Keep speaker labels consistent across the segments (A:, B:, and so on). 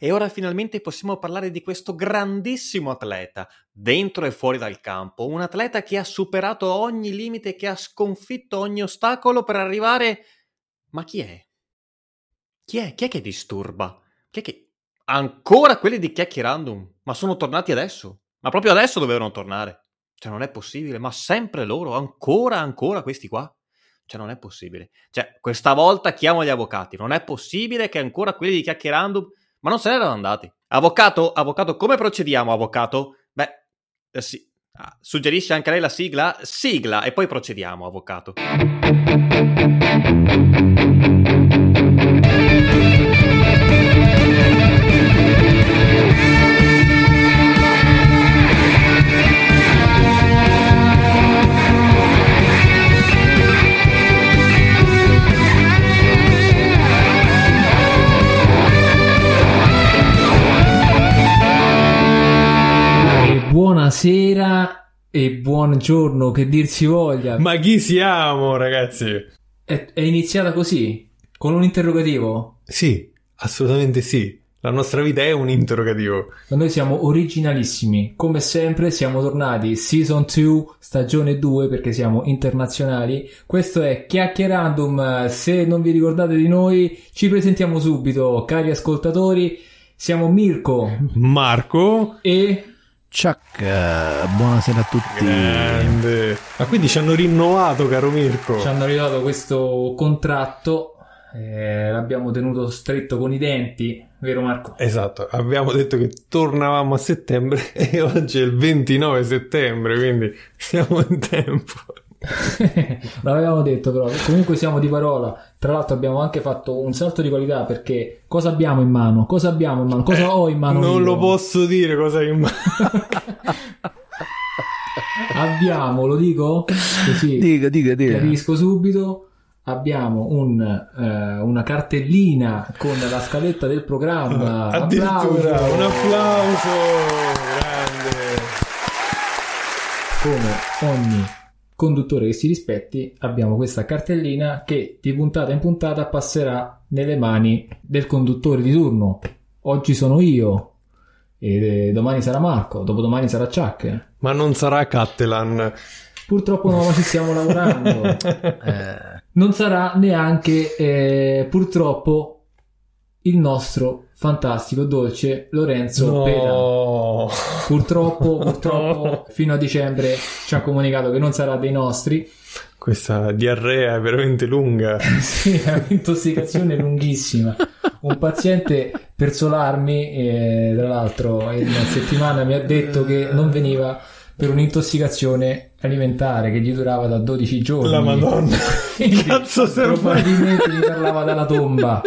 A: E ora finalmente possiamo parlare di questo grandissimo atleta, dentro e fuori dal campo, un atleta che ha superato ogni limite, che ha sconfitto ogni ostacolo per arrivare... Ma chi è? Chi è? Chi è che disturba? Chi è che... Ancora quelli di Chiacchierandum? Ma sono tornati adesso? Ma proprio adesso dovevano tornare? Cioè non è possibile, ma sempre loro, ancora, ancora questi qua? Cioè, non è possibile. Cioè, questa volta chiamo gli avvocati. Non è possibile che ancora quelli di chiacchierando. Ma non se ne erano andati. Avvocato, avvocato, come procediamo, avvocato? Beh, eh, sì. Ah, suggerisce anche lei la sigla? Sigla e poi procediamo, avvocato.
B: Buonasera e buongiorno, che dir si voglia.
C: Ma chi siamo, ragazzi?
B: È, è iniziata così, con un interrogativo.
C: Sì, assolutamente sì. La nostra vita è un interrogativo.
B: Ma noi siamo originalissimi. Come sempre siamo tornati season 2, stagione 2 perché siamo internazionali. Questo è Chiacchierandum. Se non vi ricordate di noi, ci presentiamo subito, cari ascoltatori. Siamo Mirko
C: Marco
B: e
D: Chuck, buonasera a tutti.
C: Grande. Ma quindi ci hanno rinnovato, caro Mirko.
B: ci hanno ridato questo contratto. eh, l'abbiamo tenuto stretto con i denti, vero Marco?
C: Esatto, abbiamo detto che tornavamo a settembre e oggi è il 29 settembre, quindi siamo in tempo.
B: L'avevamo detto però, comunque siamo di parola. Tra l'altro abbiamo anche fatto un salto di qualità perché cosa abbiamo in mano? Cosa abbiamo in mano? Cosa ho in mano?
C: non
B: io?
C: lo posso dire cosa in mano.
B: Abbiamo, lo dico? Così
D: Dica, dica, dica.
B: chiarisco subito. Abbiamo un, eh, una cartellina con la scaletta del programma.
C: Addirittura
B: Applauso.
C: un applauso. Grande.
B: come ogni conduttore che si rispetti, abbiamo questa cartellina che di puntata in puntata passerà nelle mani del conduttore di turno. Oggi sono io, e eh, domani sarà Marco, dopodomani sarà Chuck.
C: Ma non sarà Cattelan.
B: Purtroppo no, ma ci stiamo lavorando.
D: Eh,
B: Non sarà neanche, eh, purtroppo, il nostro fantastico, dolce Lorenzo Pera.
C: no.
B: Purtroppo, purtroppo, fino a dicembre ci ha comunicato che non sarà dei nostri.
C: Questa diarrea è veramente lunga.
B: Sì, è un'intossicazione lunghissima. Un paziente per solarmi, eh, tra l'altro, in una settimana mi ha detto che non veniva per un'intossicazione alimentare che gli durava da 12 giorni.
C: La Madonna.
B: Quindi,
C: Cazzo serve.
B: Probabilmente mi parlava dalla tomba.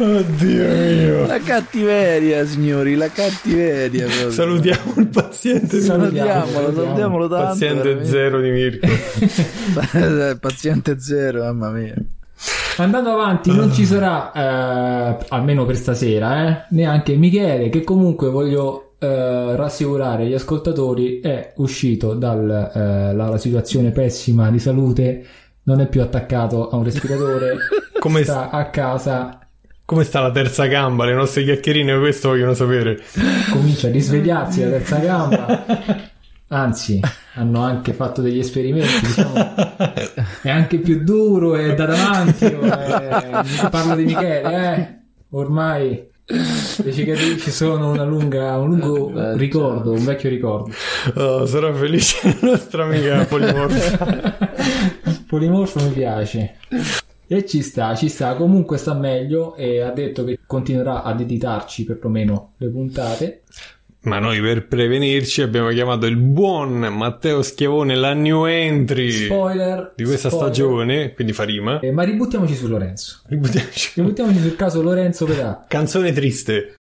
C: Oddio mio.
D: la cattiveria, signori, la cattiveria. proprio.
C: Salutiamo il paziente.
B: Salutiamo.
D: Salutiamolo, salutiamolo tanto.
C: Paziente
D: veramente.
C: zero di Mirko.
D: Paziente zero, mamma mia.
B: Andando avanti, non ci sarà, eh, almeno per stasera, eh, neanche Michele, che comunque voglio eh, rassicurare gli ascoltatori, è uscito dalla situazione pessima di salute, non è più attaccato a un respiratore,
C: Come,
B: sta a casa,
C: come sta la terza gamba? Le nostre chiacchierine questo vogliono sapere.
B: comincia a risvegliarsi la terza gamba. Anzi, hanno anche fatto degli esperimenti, diciamo, è anche più duro, è da davanti, oh, eh, parlo di Michele, eh, ormai le cicatrici sono una lunga, un lungo ricordo, un vecchio ricordo.
C: Oh, sarà felice la nostra amica polimorfa.
B: Polimorfo mi piace. E ci sta, ci sta, comunque sta meglio e ha detto che continuerà ad editarci perlomeno le puntate.
C: Ma noi per prevenirci abbiamo chiamato il buon Matteo Schiavone, la new entry
B: Spoiler
C: di questa
B: spoiler.
C: stagione, quindi fa rima.
B: Eh, ma ributtiamoci su Lorenzo.
C: Ributtiamoci.
B: Ributtiamoci sul caso Lorenzo Pedà.
C: Canzone triste.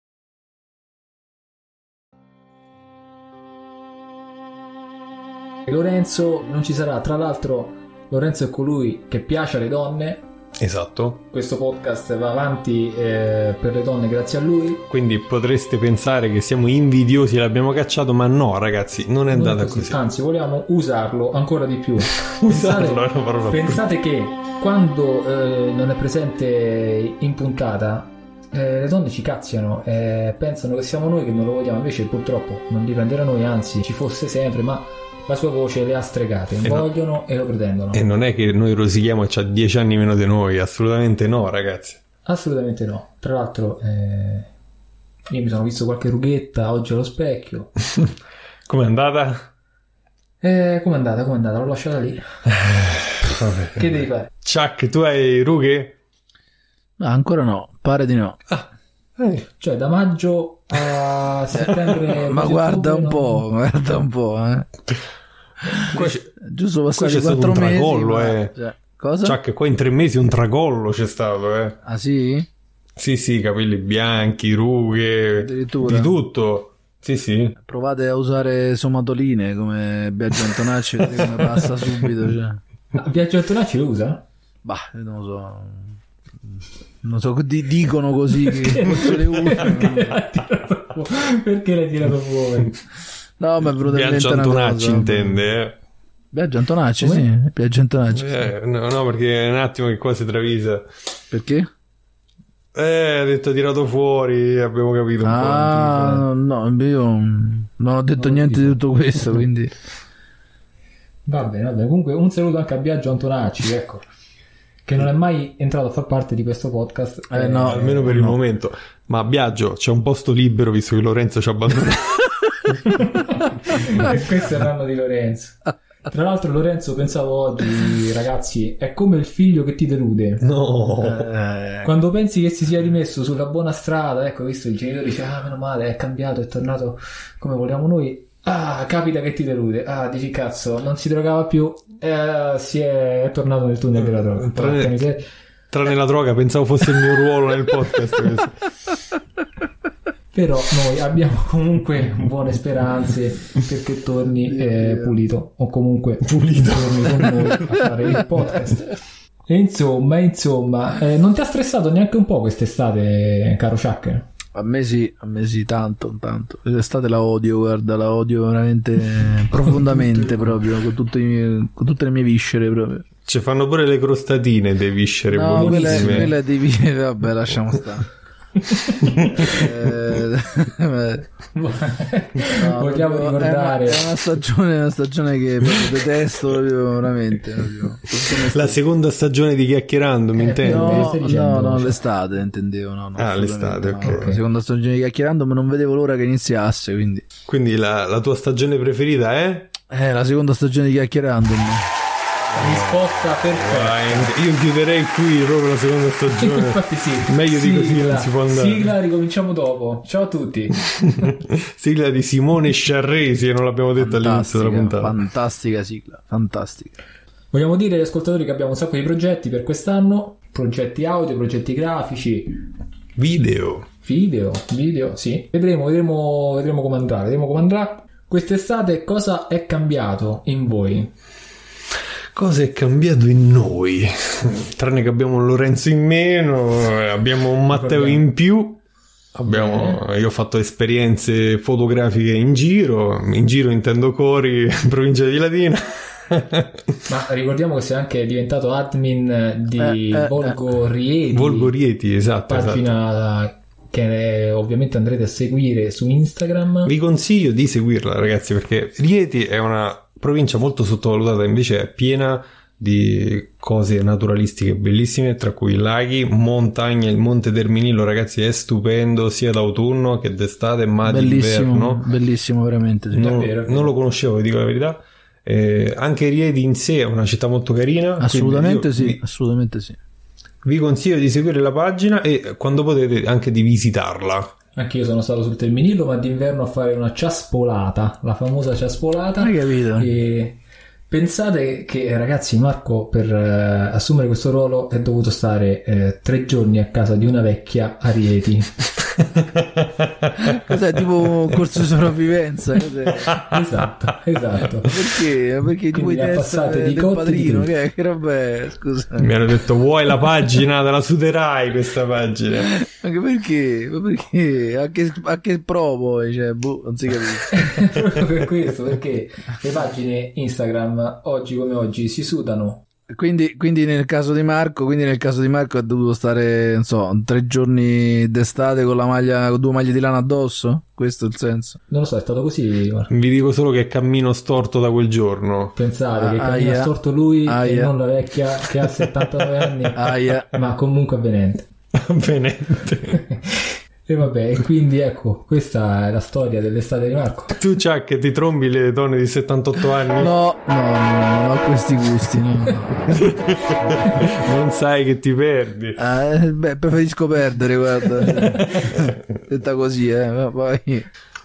B: Lorenzo non ci sarà, tra l'altro Lorenzo è colui che piace alle donne,
C: Esatto.
B: Questo podcast va avanti eh, per le donne grazie a lui.
C: Quindi potreste pensare che siamo invidiosi e l'abbiamo cacciato, ma no, ragazzi, non è
B: Non
C: andata
B: così,
C: così. Esatto,
B: Anzi, vogliamo usarlo ancora di più.
C: Usarlo è una parola
B: Pensate che quando eh, non è presente in puntata, eh, le donne ci cazziano, eh, pensano che siamo noi che non lo vogliamo, invece purtroppo non dipende da noi, anzi ci fosse sempre, ma la sua voce le ha stregate,
C: no.
B: vogliono e lo pretendono.
C: E non è che noi rosichiamo e c'ha dieci anni meno di noi, assolutamente no, ragazzi.
B: Assolutamente no. Tra l'altro, eh, io mi sono visto qualche rughetta oggi allo specchio.
C: Com'è andata?
B: Eh, com'è andata? Com'è andata? L'ho lasciata lì.
C: Vabbè.
B: Che devi fare?
C: Chuck, tu hai rughe?
D: No, ancora no, pare di no.
C: Eh,
B: Cioè, da maggio a settembre.
D: Eh, Ma
B: di
D: guarda un
B: ottobre
D: po',
B: non-
D: guarda un po', eh.
C: qua c'è-
D: Giusto passati
C: c'è stato
D: quattro
C: un
D: mesi.
C: tracollo,
D: ma-
C: eh.
D: cioè, cosa?
C: Chuck, qua in tre mesi un tracollo c'è stato, eh.
D: Ah sì?
C: Sì, sì, capelli bianchi, rughe,
D: Addirittura.
C: di tutto. Sì, sì.
D: Provate a usare somatoline come Biagio Antonacci, vedete come passa subito. Cioè.
B: Ah, Viaggio Antonacci lo usa?
D: Bah, io non lo so. Non so, di- dicono così che forse le usano.
B: Perché l'hai tirato fuori?
D: No, mi è venuto in mente
C: Biagio
D: una
C: Antonacci
D: cosa.
C: intende,
D: Biagio Antonacci, sì. Biagio Antonacci.
C: eh. Eh, no, no, perché è un attimo che qua si travisa.
D: Perché?
C: Eh, ha detto tirato fuori, abbiamo capito un po'. eh. il
D: Ah, no, io non ho detto niente di tutto questo, quindi...
B: Va bene, va bene. Comunque, un saluto anche a Biagio Antonacci, ecco. Che non è mai entrato a far parte di questo podcast.
D: Eh, no.
C: tifo. Almeno per il
D: No.
C: momento. Ma Biagio, c'è un posto libero visto che Lorenzo ci ha abbandonato.
B: E questo è il ranno di Lorenzo. Tra l'altro, Lorenzo, pensavo oggi, ragazzi, è come il figlio che ti delude.
C: no.
D: Eh,
B: Quando pensi che si sia rimesso sulla buona strada, ecco, visto il genitore dice, ah, meno male, è cambiato, è tornato come vogliamo noi. Ah, capita che ti delude. Ah, dici cazzo, non si drogava più. Eh, si è, è tornato nel tunnel della droga.
C: Tra-
B: Porca miseria.
C: Tranne la droga, pensavo fosse il mio ruolo nel podcast. questo.
B: Però noi abbiamo comunque buone speranze perché torni eh, pulito o comunque pulito torni con noi a fare il podcast. E insomma, insomma, eh, non ti ha stressato neanche un po' quest'estate, caro Chuck?
D: a me sì, a me sì, tanto, tanto. L'estate la odio, guarda, la odio veramente profondamente proprio, con, tutte i mie- con tutte le mie viscere proprio.
C: Ci fanno pure le crostatine dei viscere
D: No, quella,
C: buonissime.
D: quella devi... Vabbè, lasciamo stare. Eh, No,
B: Vogliamo
D: proprio-
B: ricordare
D: È una, è una stagione, una stagione che proprio detesto proprio, veramente. proprio.
C: La seconda stagione di Chiacchierando, mi
B: Eh,
C: intendi?
B: no.
D: No,
B: stai
D: no,
B: dicendo,
D: no,
B: cioè?
D: l'estate intendevo. No, no,
C: Ah,
D: assolutamente,
C: l'estate,
D: no.
C: ok.
D: La Seconda stagione di chiacchierando, ma non vedevo l'ora che iniziasse. Quindi,
C: Quindi la, la tua stagione preferita è?
D: eh, la seconda stagione di chiacchierando.
B: risposta
C: Eh,
B: perfetta.
C: Io chiuderei qui proprio la seconda stagione.
B: Infatti sì.
C: Meglio di così non si può andare.
B: Sigla, ricominciamo dopo. Ciao a tutti.
C: Sigla di Simone Sciarresi, e non l'abbiamo detto all'inizio della
D: Fantastica,
C: puntata.
D: fantastica sigla, fantastica.
B: Vogliamo dire agli ascoltatori che abbiamo un sacco di progetti per quest'anno, progetti audio, progetti grafici,
C: Video.
B: video, video, sì. Vedremo, vedremo, vedremo come andrà, vedremo come andrà. Quest'estate cosa è cambiato in voi?
C: Cosa è cambiato in noi? Tranne che abbiamo un Lorenzo in meno, eh, abbiamo un Matteo in più. Abbiamo, io ho fatto esperienze fotografiche in giro, in giro intendo Cori, in provincia di Latina.
B: Ma ricordiamo che sei anche diventato admin eh, di
D: Eh, eh,
B: Volgo Rieti,
C: Volgo Rieti, esatto, esatto.
B: pagina
D: esatto.
B: che eh, ovviamente andrete a seguire su Instagram.
C: Vi consiglio di seguirla, ragazzi, perché Rieti è una provincia molto sottovalutata, invece è piena di cose naturalistiche bellissime, tra cui laghi, montagne, il Monte Terminillo, ragazzi, è stupendo sia d'autunno che d'estate, ma
D: bellissimo,
C: d'inverno.
D: bellissimo, veramente. sì.
C: Non,
B: vero, è vero.
C: non lo conoscevo, vi dico la verità. Eh, anche Rieti in sé è una città molto carina.
D: assolutamente
C: quindi io
D: sì, assolutamente sì.
C: Vi, vi consiglio di seguire la pagina e quando potete anche di visitarla.
B: Anche io sono stato sul Terminillo, ma d'inverno a fare una ciaspolata, la famosa ciaspolata.
D: Hai capito?
B: E pensate che, eh, ragazzi, Marco per eh, assumere questo ruolo è dovuto stare eh, tre giorni a casa di una vecchia a Rieti.
D: Cos'è tipo un corso di sopravvivenza? Cos'è?
B: esatto, esatto.
D: Perché? Perché ti
B: Quindi
D: vuoi
B: la passate
D: testa
B: di
D: di del
B: cotti di
D: padrino?
B: tutti.
D: Che, che roba è? Scusa.
C: Mi hanno detto vuoi la pagina, te la suderai questa pagina.
D: Anche perché? Ma perché? A che, a che pro poi? Cioè, boh, non si capisce.
B: Proprio per questo, perché le pagine Instagram oggi come oggi si sudano.
D: Quindi, quindi nel caso di Marco, quindi nel caso di Marco ha dovuto stare, non so, tre giorni d'estate con la maglia, con due maglie di lana addosso? Questo è il senso.
B: Non lo so, è stato così, Marco.
C: Vi dico solo che cammino storto da quel giorno.
B: Pensate che
D: Ah,
B: cammina
D: aia.
B: storto lui e
D: Aia. Ah.
B: non la vecchia che ha 79 anni,
D: Aia.
B: ma comunque avvenente.
C: Venente.
B: E vabbè, e quindi ecco, questa è la storia dell'estate di Marco.
C: Tu, Chuck, ti trombi le donne di 78 anni?
D: No, no, no, non ho questi gusti, no.
C: Non sai che ti perdi.
D: Eh, beh, preferisco perdere, guarda. Detta così, eh. ma Poi...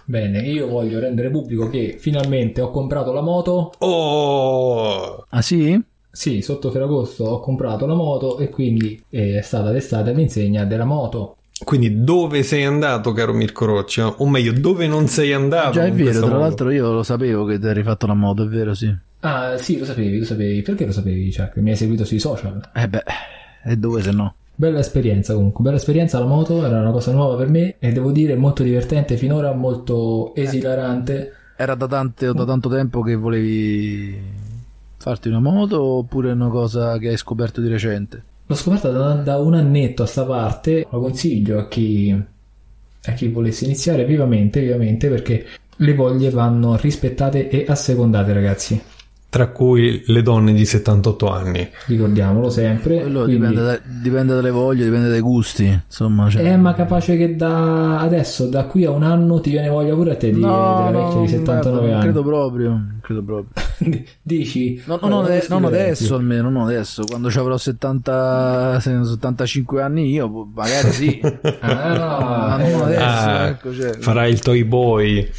B: Bene, io voglio rendere pubblico che finalmente ho comprato la moto.
C: Oh!
D: Ah sì?
B: Sì, sotto Ferragosto ho comprato la moto e quindi eh, è stata l'estate all'insegna della moto.
C: Quindi dove sei andato, caro Mirko Roccia? O meglio, dove non sei andato?
D: Già è
C: in
D: vero,
C: questo
D: tra
C: modo?
D: l'altro io lo sapevo che ti hai rifatto la moto, è vero sì.
B: Ah, sì, lo sapevi, lo sapevi. Perché lo sapevi, Chuck? Mi hai seguito sui social.
D: Eh beh, e dove se no?
B: Bella esperienza comunque, bella esperienza la moto, era una cosa nuova per me e devo dire molto divertente finora, molto esilarante.
D: Era da, tante- da tanto tempo che volevi farti una moto oppure è una cosa che hai scoperto di recente?
B: L'ho scoperta da, da un annetto a sta parte, lo consiglio a chi, a chi volesse iniziare vivamente, vivamente perché le voglie vanno rispettate e assecondate ragazzi,
C: Tra cui le donne di 78 anni.
B: ricordiamolo sempre.
D: Quello
B: Eh, quindi-
D: dipende, da- dipende dalle voglie, dipende dai gusti, insomma. Cioè...
B: Eh, ma capace che da adesso, da qui a un anno, ti viene voglia pure a te di, della vecchia di 79
D: guarda, non
B: anni.
D: Credo proprio, non credo proprio.
B: Dici?
D: Oh, No,
B: "Allora,
D: no, no,
B: vado a
D: ade- non
B: scrivere".
D: adesso almeno, non adesso. Quando ci avrò 70, se- 75 anni io, boh, magari sì. ma
B: Ah,
D: non adesso,
C: Ah,
D: ecco, cioè.
C: Farai il toy boy.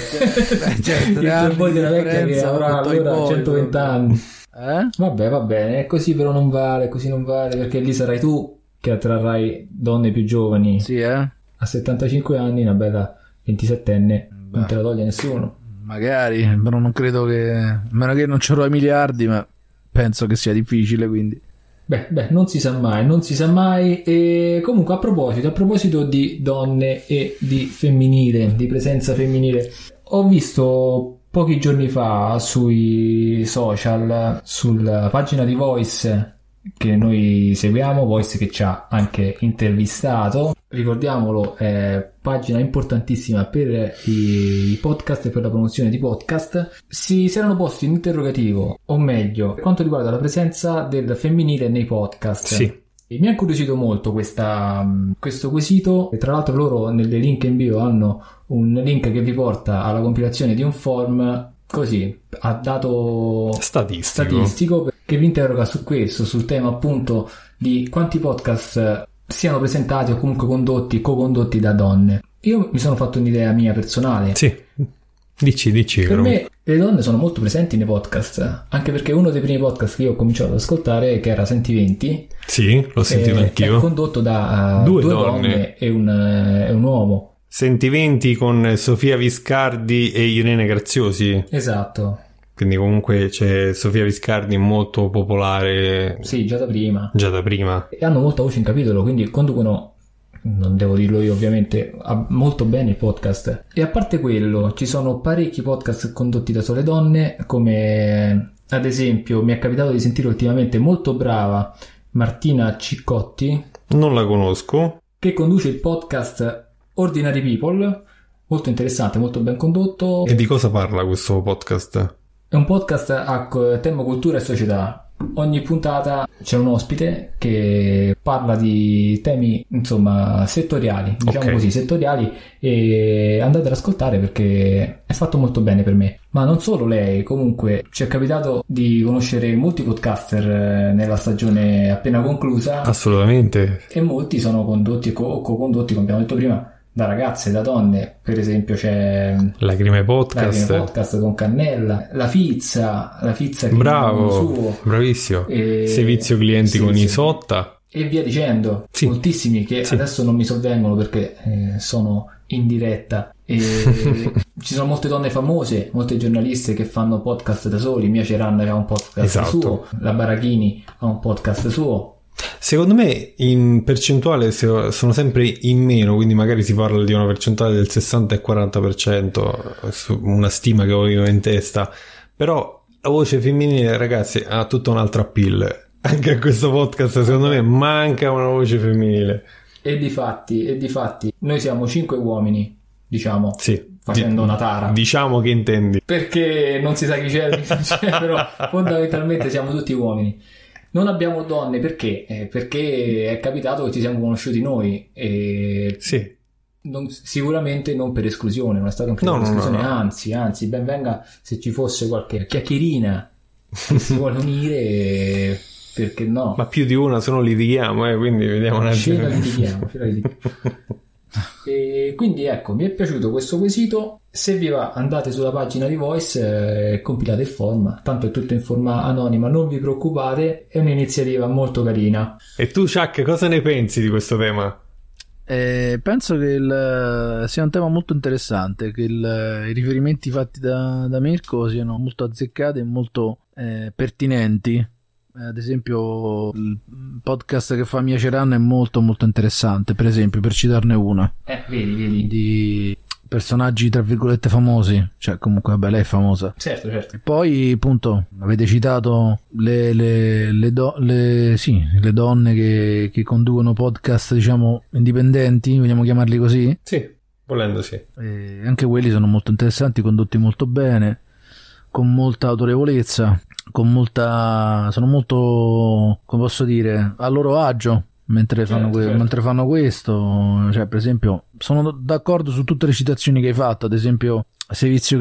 D: Eh, cioè,
B: il
D: tre anni
B: boy
D: di
B: della vecchia che
D: differenza,
B: avrà
D: proprio,
B: allora
D: poi,
B: 120 anni.
D: Eh?
B: Vabbè, va bene, è così però non vale, così non vale, perché lì sarai tu che attrarrai donne più giovani.
D: Sì, eh?
B: A 75 anni una bella 27enne non te la toglie nessuno.
D: Magari, però non credo che... A meno che non c'erano i miliardi, ma penso che sia difficile, quindi...
B: Beh, beh, non si sa mai, non si sa mai. E comunque, a proposito, a proposito di donne e di femminile, di presenza femminile, ho visto pochi giorni fa sui social, sulla pagina di Voice che noi seguiamo, Voice che ci ha anche intervistato, ricordiamolo, è pagina importantissima per i i podcast e per la promozione di podcast si, si erano posti un interrogativo, o meglio, per quanto riguarda la presenza del femminile nei podcast.
C: Sì.
B: E mi ha incuriosito molto questa, mh, questo quesito, e tra l'altro loro nelle link in bio hanno un link che vi porta alla compilazione di un form così, a dato
C: Statistico.
B: statistico, che vi interroga su questo, sul tema appunto di quanti podcast eh, siano presentati o comunque condotti, co-condotti da donne. Io mi sono fatto un'idea mia personale,
C: Sì. Dici, dici.
B: per
C: Caro.
B: me le donne sono molto presenti nei podcast, anche perché uno dei primi podcast che io ho cominciato ad ascoltare, che era Senti 20,
C: Sì, l'ho sentito
B: eh, è
C: anch'io.
B: condotto da eh,
C: Due
B: due,
C: donne.
B: donne, e, un, eh, e un uomo.
C: Sentimenti con Sofia Viscardi e Irene Graziosi.
B: Esatto,
C: Quindi comunque c'è Sofia Viscardi molto popolare
B: sì, già da prima.
C: già da prima.
B: E hanno molta voce in capitolo, quindi conducono, non devo dirlo io ovviamente, a- molto bene il podcast. E a parte quello, ci sono parecchi podcast condotti da sole donne, come ad esempio mi è capitato di sentire ultimamente molto brava Martina Ciccotti,
C: Non la conosco.
B: che conduce il podcast Ordinary People, molto interessante, molto ben condotto.
C: E di cosa parla questo podcast?
B: È un podcast a co- tema cultura e società. Ogni puntata c'è un ospite che parla di temi, insomma, settoriali, diciamo
C: Ok.
B: così, settoriali e andate ad ascoltare perché è fatto molto bene per me. Ma non solo lei, comunque ci è capitato di conoscere molti podcaster eh, nella stagione appena conclusa.
C: Assolutamente.
B: e molti sono condotti co- o co-condotti, come abbiamo detto prima, da ragazze, da donne. Per esempio c'è
C: Lacrime
B: la prima
C: Podcast.
B: podcast con Cannella, la Fizza, la Fizza che
C: Bravo.
B: ha un suo.
C: Bravissimo.
B: E-
C: Servizio clienti
B: sì,
C: con
B: sì.
C: Isotta.
B: e via dicendo,
C: Sì.
B: moltissimi che
C: Sì.
B: adesso non mi sovvengono perché eh, sono in diretta. E ci sono molte donne famose, molte giornaliste che fanno podcast da soli. Mia Ceranna che ha un podcast
C: Esatto.
B: suo, la Barachini ha un podcast suo.
C: Secondo me in percentuale se- sono sempre in meno, quindi magari si parla di una percentuale del 60 e 40%, su- una stima che ho io in testa, però la voce femminile ragazzi ha tutta un'altra pill. Anche a questo podcast secondo me manca una voce femminile.
B: E di fatti, e di fatti, noi siamo cinque uomini, diciamo,
C: Sì.
B: facendo
C: Di-
B: una tara.
C: Diciamo che intendi.
B: perché non si sa chi c'è, chi non c'è, però fondamentalmente siamo tutti uomini. Non abbiamo donne perché? Eh, perché è capitato che ci siamo conosciuti noi e
C: Sì.
B: non- sicuramente non per esclusione, non è stato un
C: No,
B: criterio di
C: no, no,
B: esclusione,
C: no.
B: anzi, anzi, ben venga se ci fosse qualche chiacchierina che si vuole unire, eh, perché no?
C: Ma più di una, se no litighiamo, eh, quindi vediamo un
B: Ce la
C: attimo.
B: litighiamo, ce la litighiamo. E quindi ecco, mi è piaciuto questo quesito. Se vi va, andate sulla pagina di Voice eh, e compilate il form. Tanto è tutto in forma anonima, non vi preoccupate, è un'iniziativa molto carina.
C: e tu, Chuck, cosa ne pensi di questo tema?
D: Eh, penso che il- eh, sia un tema molto interessante, che il- eh, i riferimenti fatti da, da Mirko siano molto azzeccati e molto eh, pertinenti. Eh, Ad esempio, il podcast che fa Mia Ceranna è molto molto interessante, per esempio, per citarne una,
B: Eh, vedi, vedi.
D: di personaggi tra virgolette famosi, cioè comunque vabbè lei è famosa.
B: Certo, certo.
D: Poi, appunto, avete citato le, le- le do- le- sì, le donne che, che conducono podcast, diciamo, indipendenti, vogliamo chiamarli così.
C: Sì, volendo sì.
D: E anche quelli sono molto interessanti, condotti molto bene, con molta autorevolezza, con molta... sono molto, come posso dire, a loro agio. Mentre,
B: Certo,
D: fanno que-
B: certo.
D: mentre fanno questo, cioè, per esempio, sono d'accordo su tutte le citazioni che hai fatto, ad esempio servizio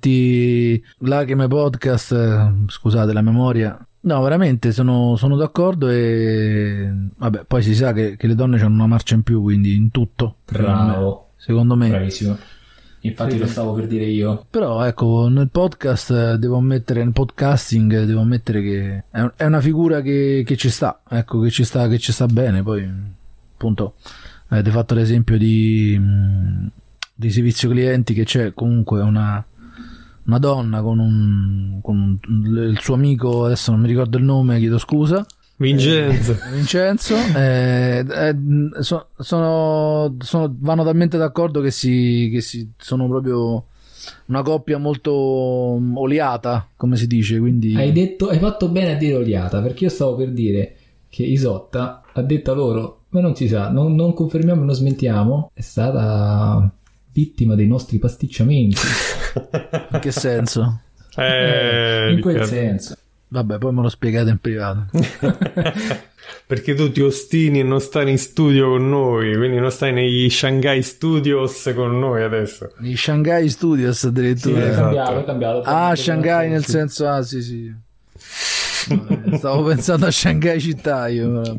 D: clienti, lacrime podcast, eh, scusate la memoria. No, veramente sono, sono d'accordo e vabbè, poi si sa che, che le donne hanno una marcia in più, quindi in tutto.
B: Bravo,
D: Secondo me.
B: bravissimo. Infatti
D: Sì.
B: lo stavo per dire io.
D: Però ecco, nel podcast eh, devo ammettere, nel podcasting eh, devo ammettere che è, un- è una figura che, che ci sta, ecco, che ci sta, che ci sta bene. Poi, appunto, avete fatto l'esempio di, mh, di servizio clienti che c'è comunque una, una donna con, un, con un- il suo amico, adesso non mi ricordo il nome, chiedo scusa,
C: Vincenzo.
D: Vincenzo, eh, eh, so- sono, sono- vanno talmente d'accordo che, si, che si- sono proprio una coppia molto mm, oliata, come si dice. Quindi,
B: Hai detto, hai fatto bene a dire oliata, perché io stavo per dire che Isotta ha detto a loro, ma non si sa, non, non confermiamo e non smentiamo, è stata vittima dei nostri pasticciamenti.
D: in che senso?
C: Eh,
B: in quel
C: Riccardo.
B: senso.
D: Vabbè, poi me lo spiegate in privato.
C: Perché tu ti ostini e non stai in studio con noi, quindi non stai negli Shanghai Studios con noi adesso.
D: Gli Shanghai Studios
B: Sì,
D: addirittura.
B: è
C: esatto.
B: cambiato, è cambiato.
D: ah, Shanghai nel
B: Sì.
D: senso, ah, sì, sì. Vabbè, Eh, Stavo pensando a Shanghai città io. vabbè.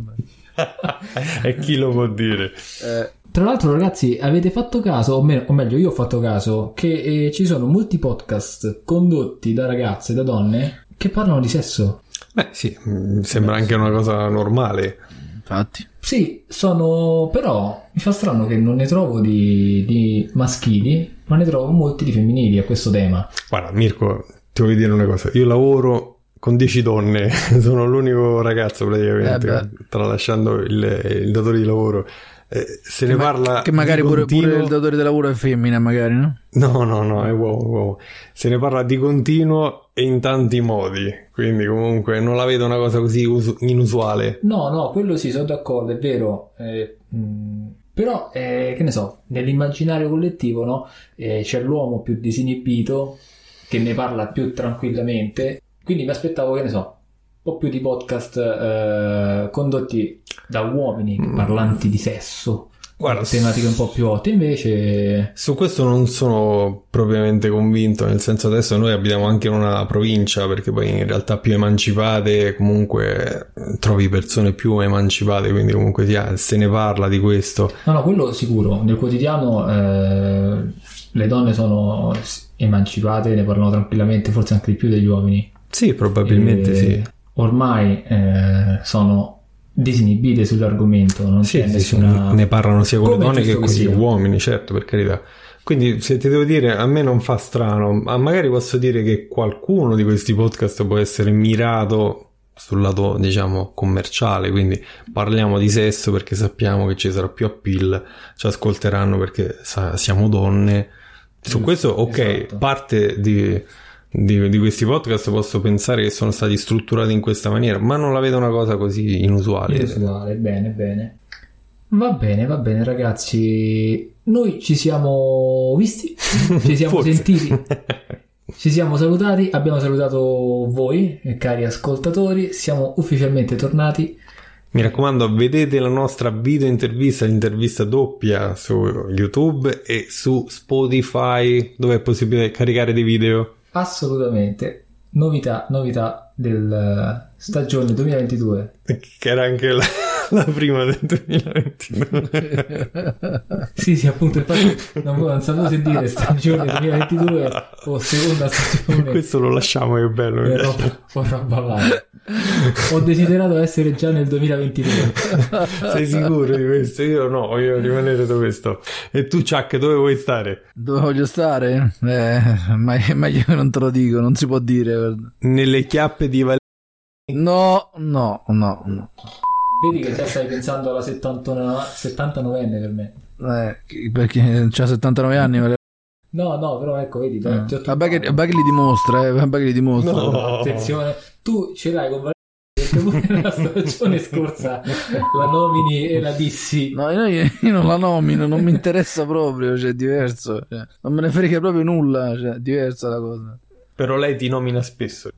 C: e chi lo può dire?
D: Eh,
B: Tra l'altro, ragazzi, avete fatto caso, o, me- o meglio, io ho fatto caso, che eh, ci sono molti podcast condotti da ragazze, da donne, che parlano di sesso.
C: Beh, sì, mm, sembra anche una cosa normale.
D: infatti.
B: Sì, sono. però mi fa strano che non ne trovo di, di maschili, ma ne trovo molti di femminili a questo tema.
C: Guarda, Mirko, ti voglio dire una cosa. Io lavoro con 10 donne, sono l'unico ragazzo praticamente,
D: Eh
C: tralasciando il, il datore di lavoro. Eh, se ne
D: Ma-
C: parla
D: che magari
C: di
D: pure,
C: continuo...
D: pure il datore di lavoro è femmina, magari, no?
C: No, no, no, è uomo, uomo. Se ne parla di continuo e in tanti modi, quindi comunque non la vedo una cosa così usu- inusuale.
B: No, no, quello sì, sono d'accordo, è vero. eh, mh, però, eh, che ne so, nell'immaginario collettivo, no? Eh, c'è l'uomo più disinibito che ne parla più tranquillamente. Quindi mi aspettavo, che ne so, un po' più di podcast eh, condotti da uomini
C: Mm.
B: parlanti di sesso,
C: Guarda,
B: tematiche un po' più otte. Invece,
C: Su questo non sono propriamente convinto, nel senso adesso noi abitiamo anche in una provincia, perché poi in realtà più emancipate comunque eh, trovi persone più emancipate, quindi comunque sia, se ne parla di questo.
B: no, no, quello sicuro. Nel quotidiano eh, le donne sono emancipate, ne parlano tranquillamente, forse anche di più degli uomini.
C: Sì, probabilmente
B: E
C: sì.
B: Ormai eh, sono disinibite sull'argomento, non
C: Sì,
B: c'è
C: sì,
B: nessuna...
C: sì, ne parlano sia con le
B: Come è
C: donne che
B: giusto
C: con
B: che
C: gli
B: sia.
C: uomini, certo, per carità. Quindi se ti devo dire, a me non fa strano, ma magari posso dire che qualcuno di questi podcast può essere mirato sul lato, diciamo, commerciale, quindi parliamo di sesso perché sappiamo che ci sarà più appeal, ci ascolteranno perché sa- siamo donne. Su
B: Giusto,
C: questo, ok,
B: esatto.
C: parte di, di- di questi podcast posso pensare che sono stati strutturati in questa maniera, ma non la vedo una cosa così inusuale.
B: Inusuale, Eh, bene, bene. Va bene, va bene ragazzi. Noi ci siamo visti, ci siamo
C: Forse.
B: sentiti, ci siamo salutati, abbiamo salutato voi, eh, cari ascoltatori, siamo ufficialmente tornati.
C: Mi raccomando, vedete la nostra video intervista, l'intervista doppia su YouTube e su Spotify, dove è possibile caricare dei video.
B: Assolutamente. Novità, novità del eh, stagione 2022.
C: Che era anche la, la prima del 2022.
B: Sì, sì, appunto, infatti non, non sapevo se dire stagione 2022 o seconda stagione.
C: Questo lo lasciamo, che bello. mi
B: Eh,
C: piace.
B: roba- roba varia. Ho desiderato essere già nel 2023.
C: Sei sicuro di questo? Io no, voglio rimanere dove sto. E tu, Chuck, dove vuoi stare?
D: Dove voglio stare? Eh, ma è meglio che non te lo dico, non si può dire.
C: Nelle chiappe di Valeria.
D: No, no, no, no.
B: Vedi che già stai pensando alla 79 79enne per me.
D: Eh, perché ha 79 anni. ma- Eh,
B: No, no, però ecco, vedi, dai, ti ho
D: Vabbè Ah. che,
B: trovato.
D: vabbè che li dimostra, eh, vabbè che li dimostra.
C: No.
B: Attenzione, tu ce l'hai con Valeria perché pure nella stagione scorsa la nomini e la dissi.
D: No, io, io non la nomino, non mi interessa proprio, cioè è diverso. cioè, non me ne frega proprio nulla, cioè è diversa la cosa.
C: Però lei ti nomina spesso.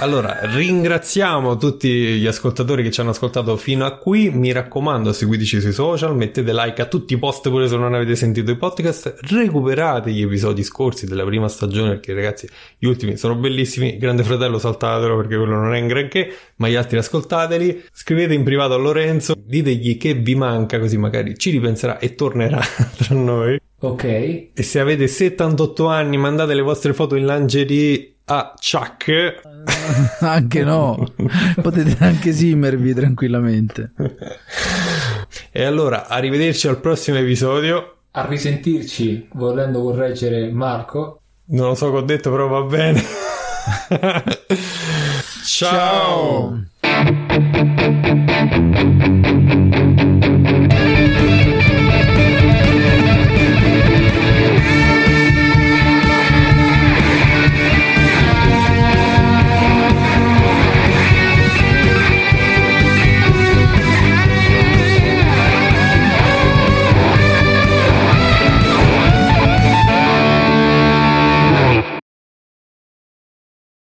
C: Allora, ringraziamo tutti gli ascoltatori che ci hanno ascoltato fino a qui. Mi raccomando, seguiteci sui social, mettete like a tutti i post pure se non avete sentito i podcast. Recuperate gli episodi scorsi della prima stagione perché ragazzi, gli ultimi sono bellissimi. Grande Fratello saltatelo perché quello non è un granché, ma gli altri ascoltateli. Scrivete in privato a Lorenzo, ditegli che vi manca così magari ci ripenserà e tornerà tra noi.
B: Ok,
C: E se avete 78 anni, mandate le vostre foto in lingerie a Chuck.
D: Anche no, potete anche simervi tranquillamente.
C: E allora, arrivederci al prossimo episodio.
B: a risentirci, volendo correggere Marco.
C: Non lo so che ho detto, però va bene. Ciao.
D: Ciao.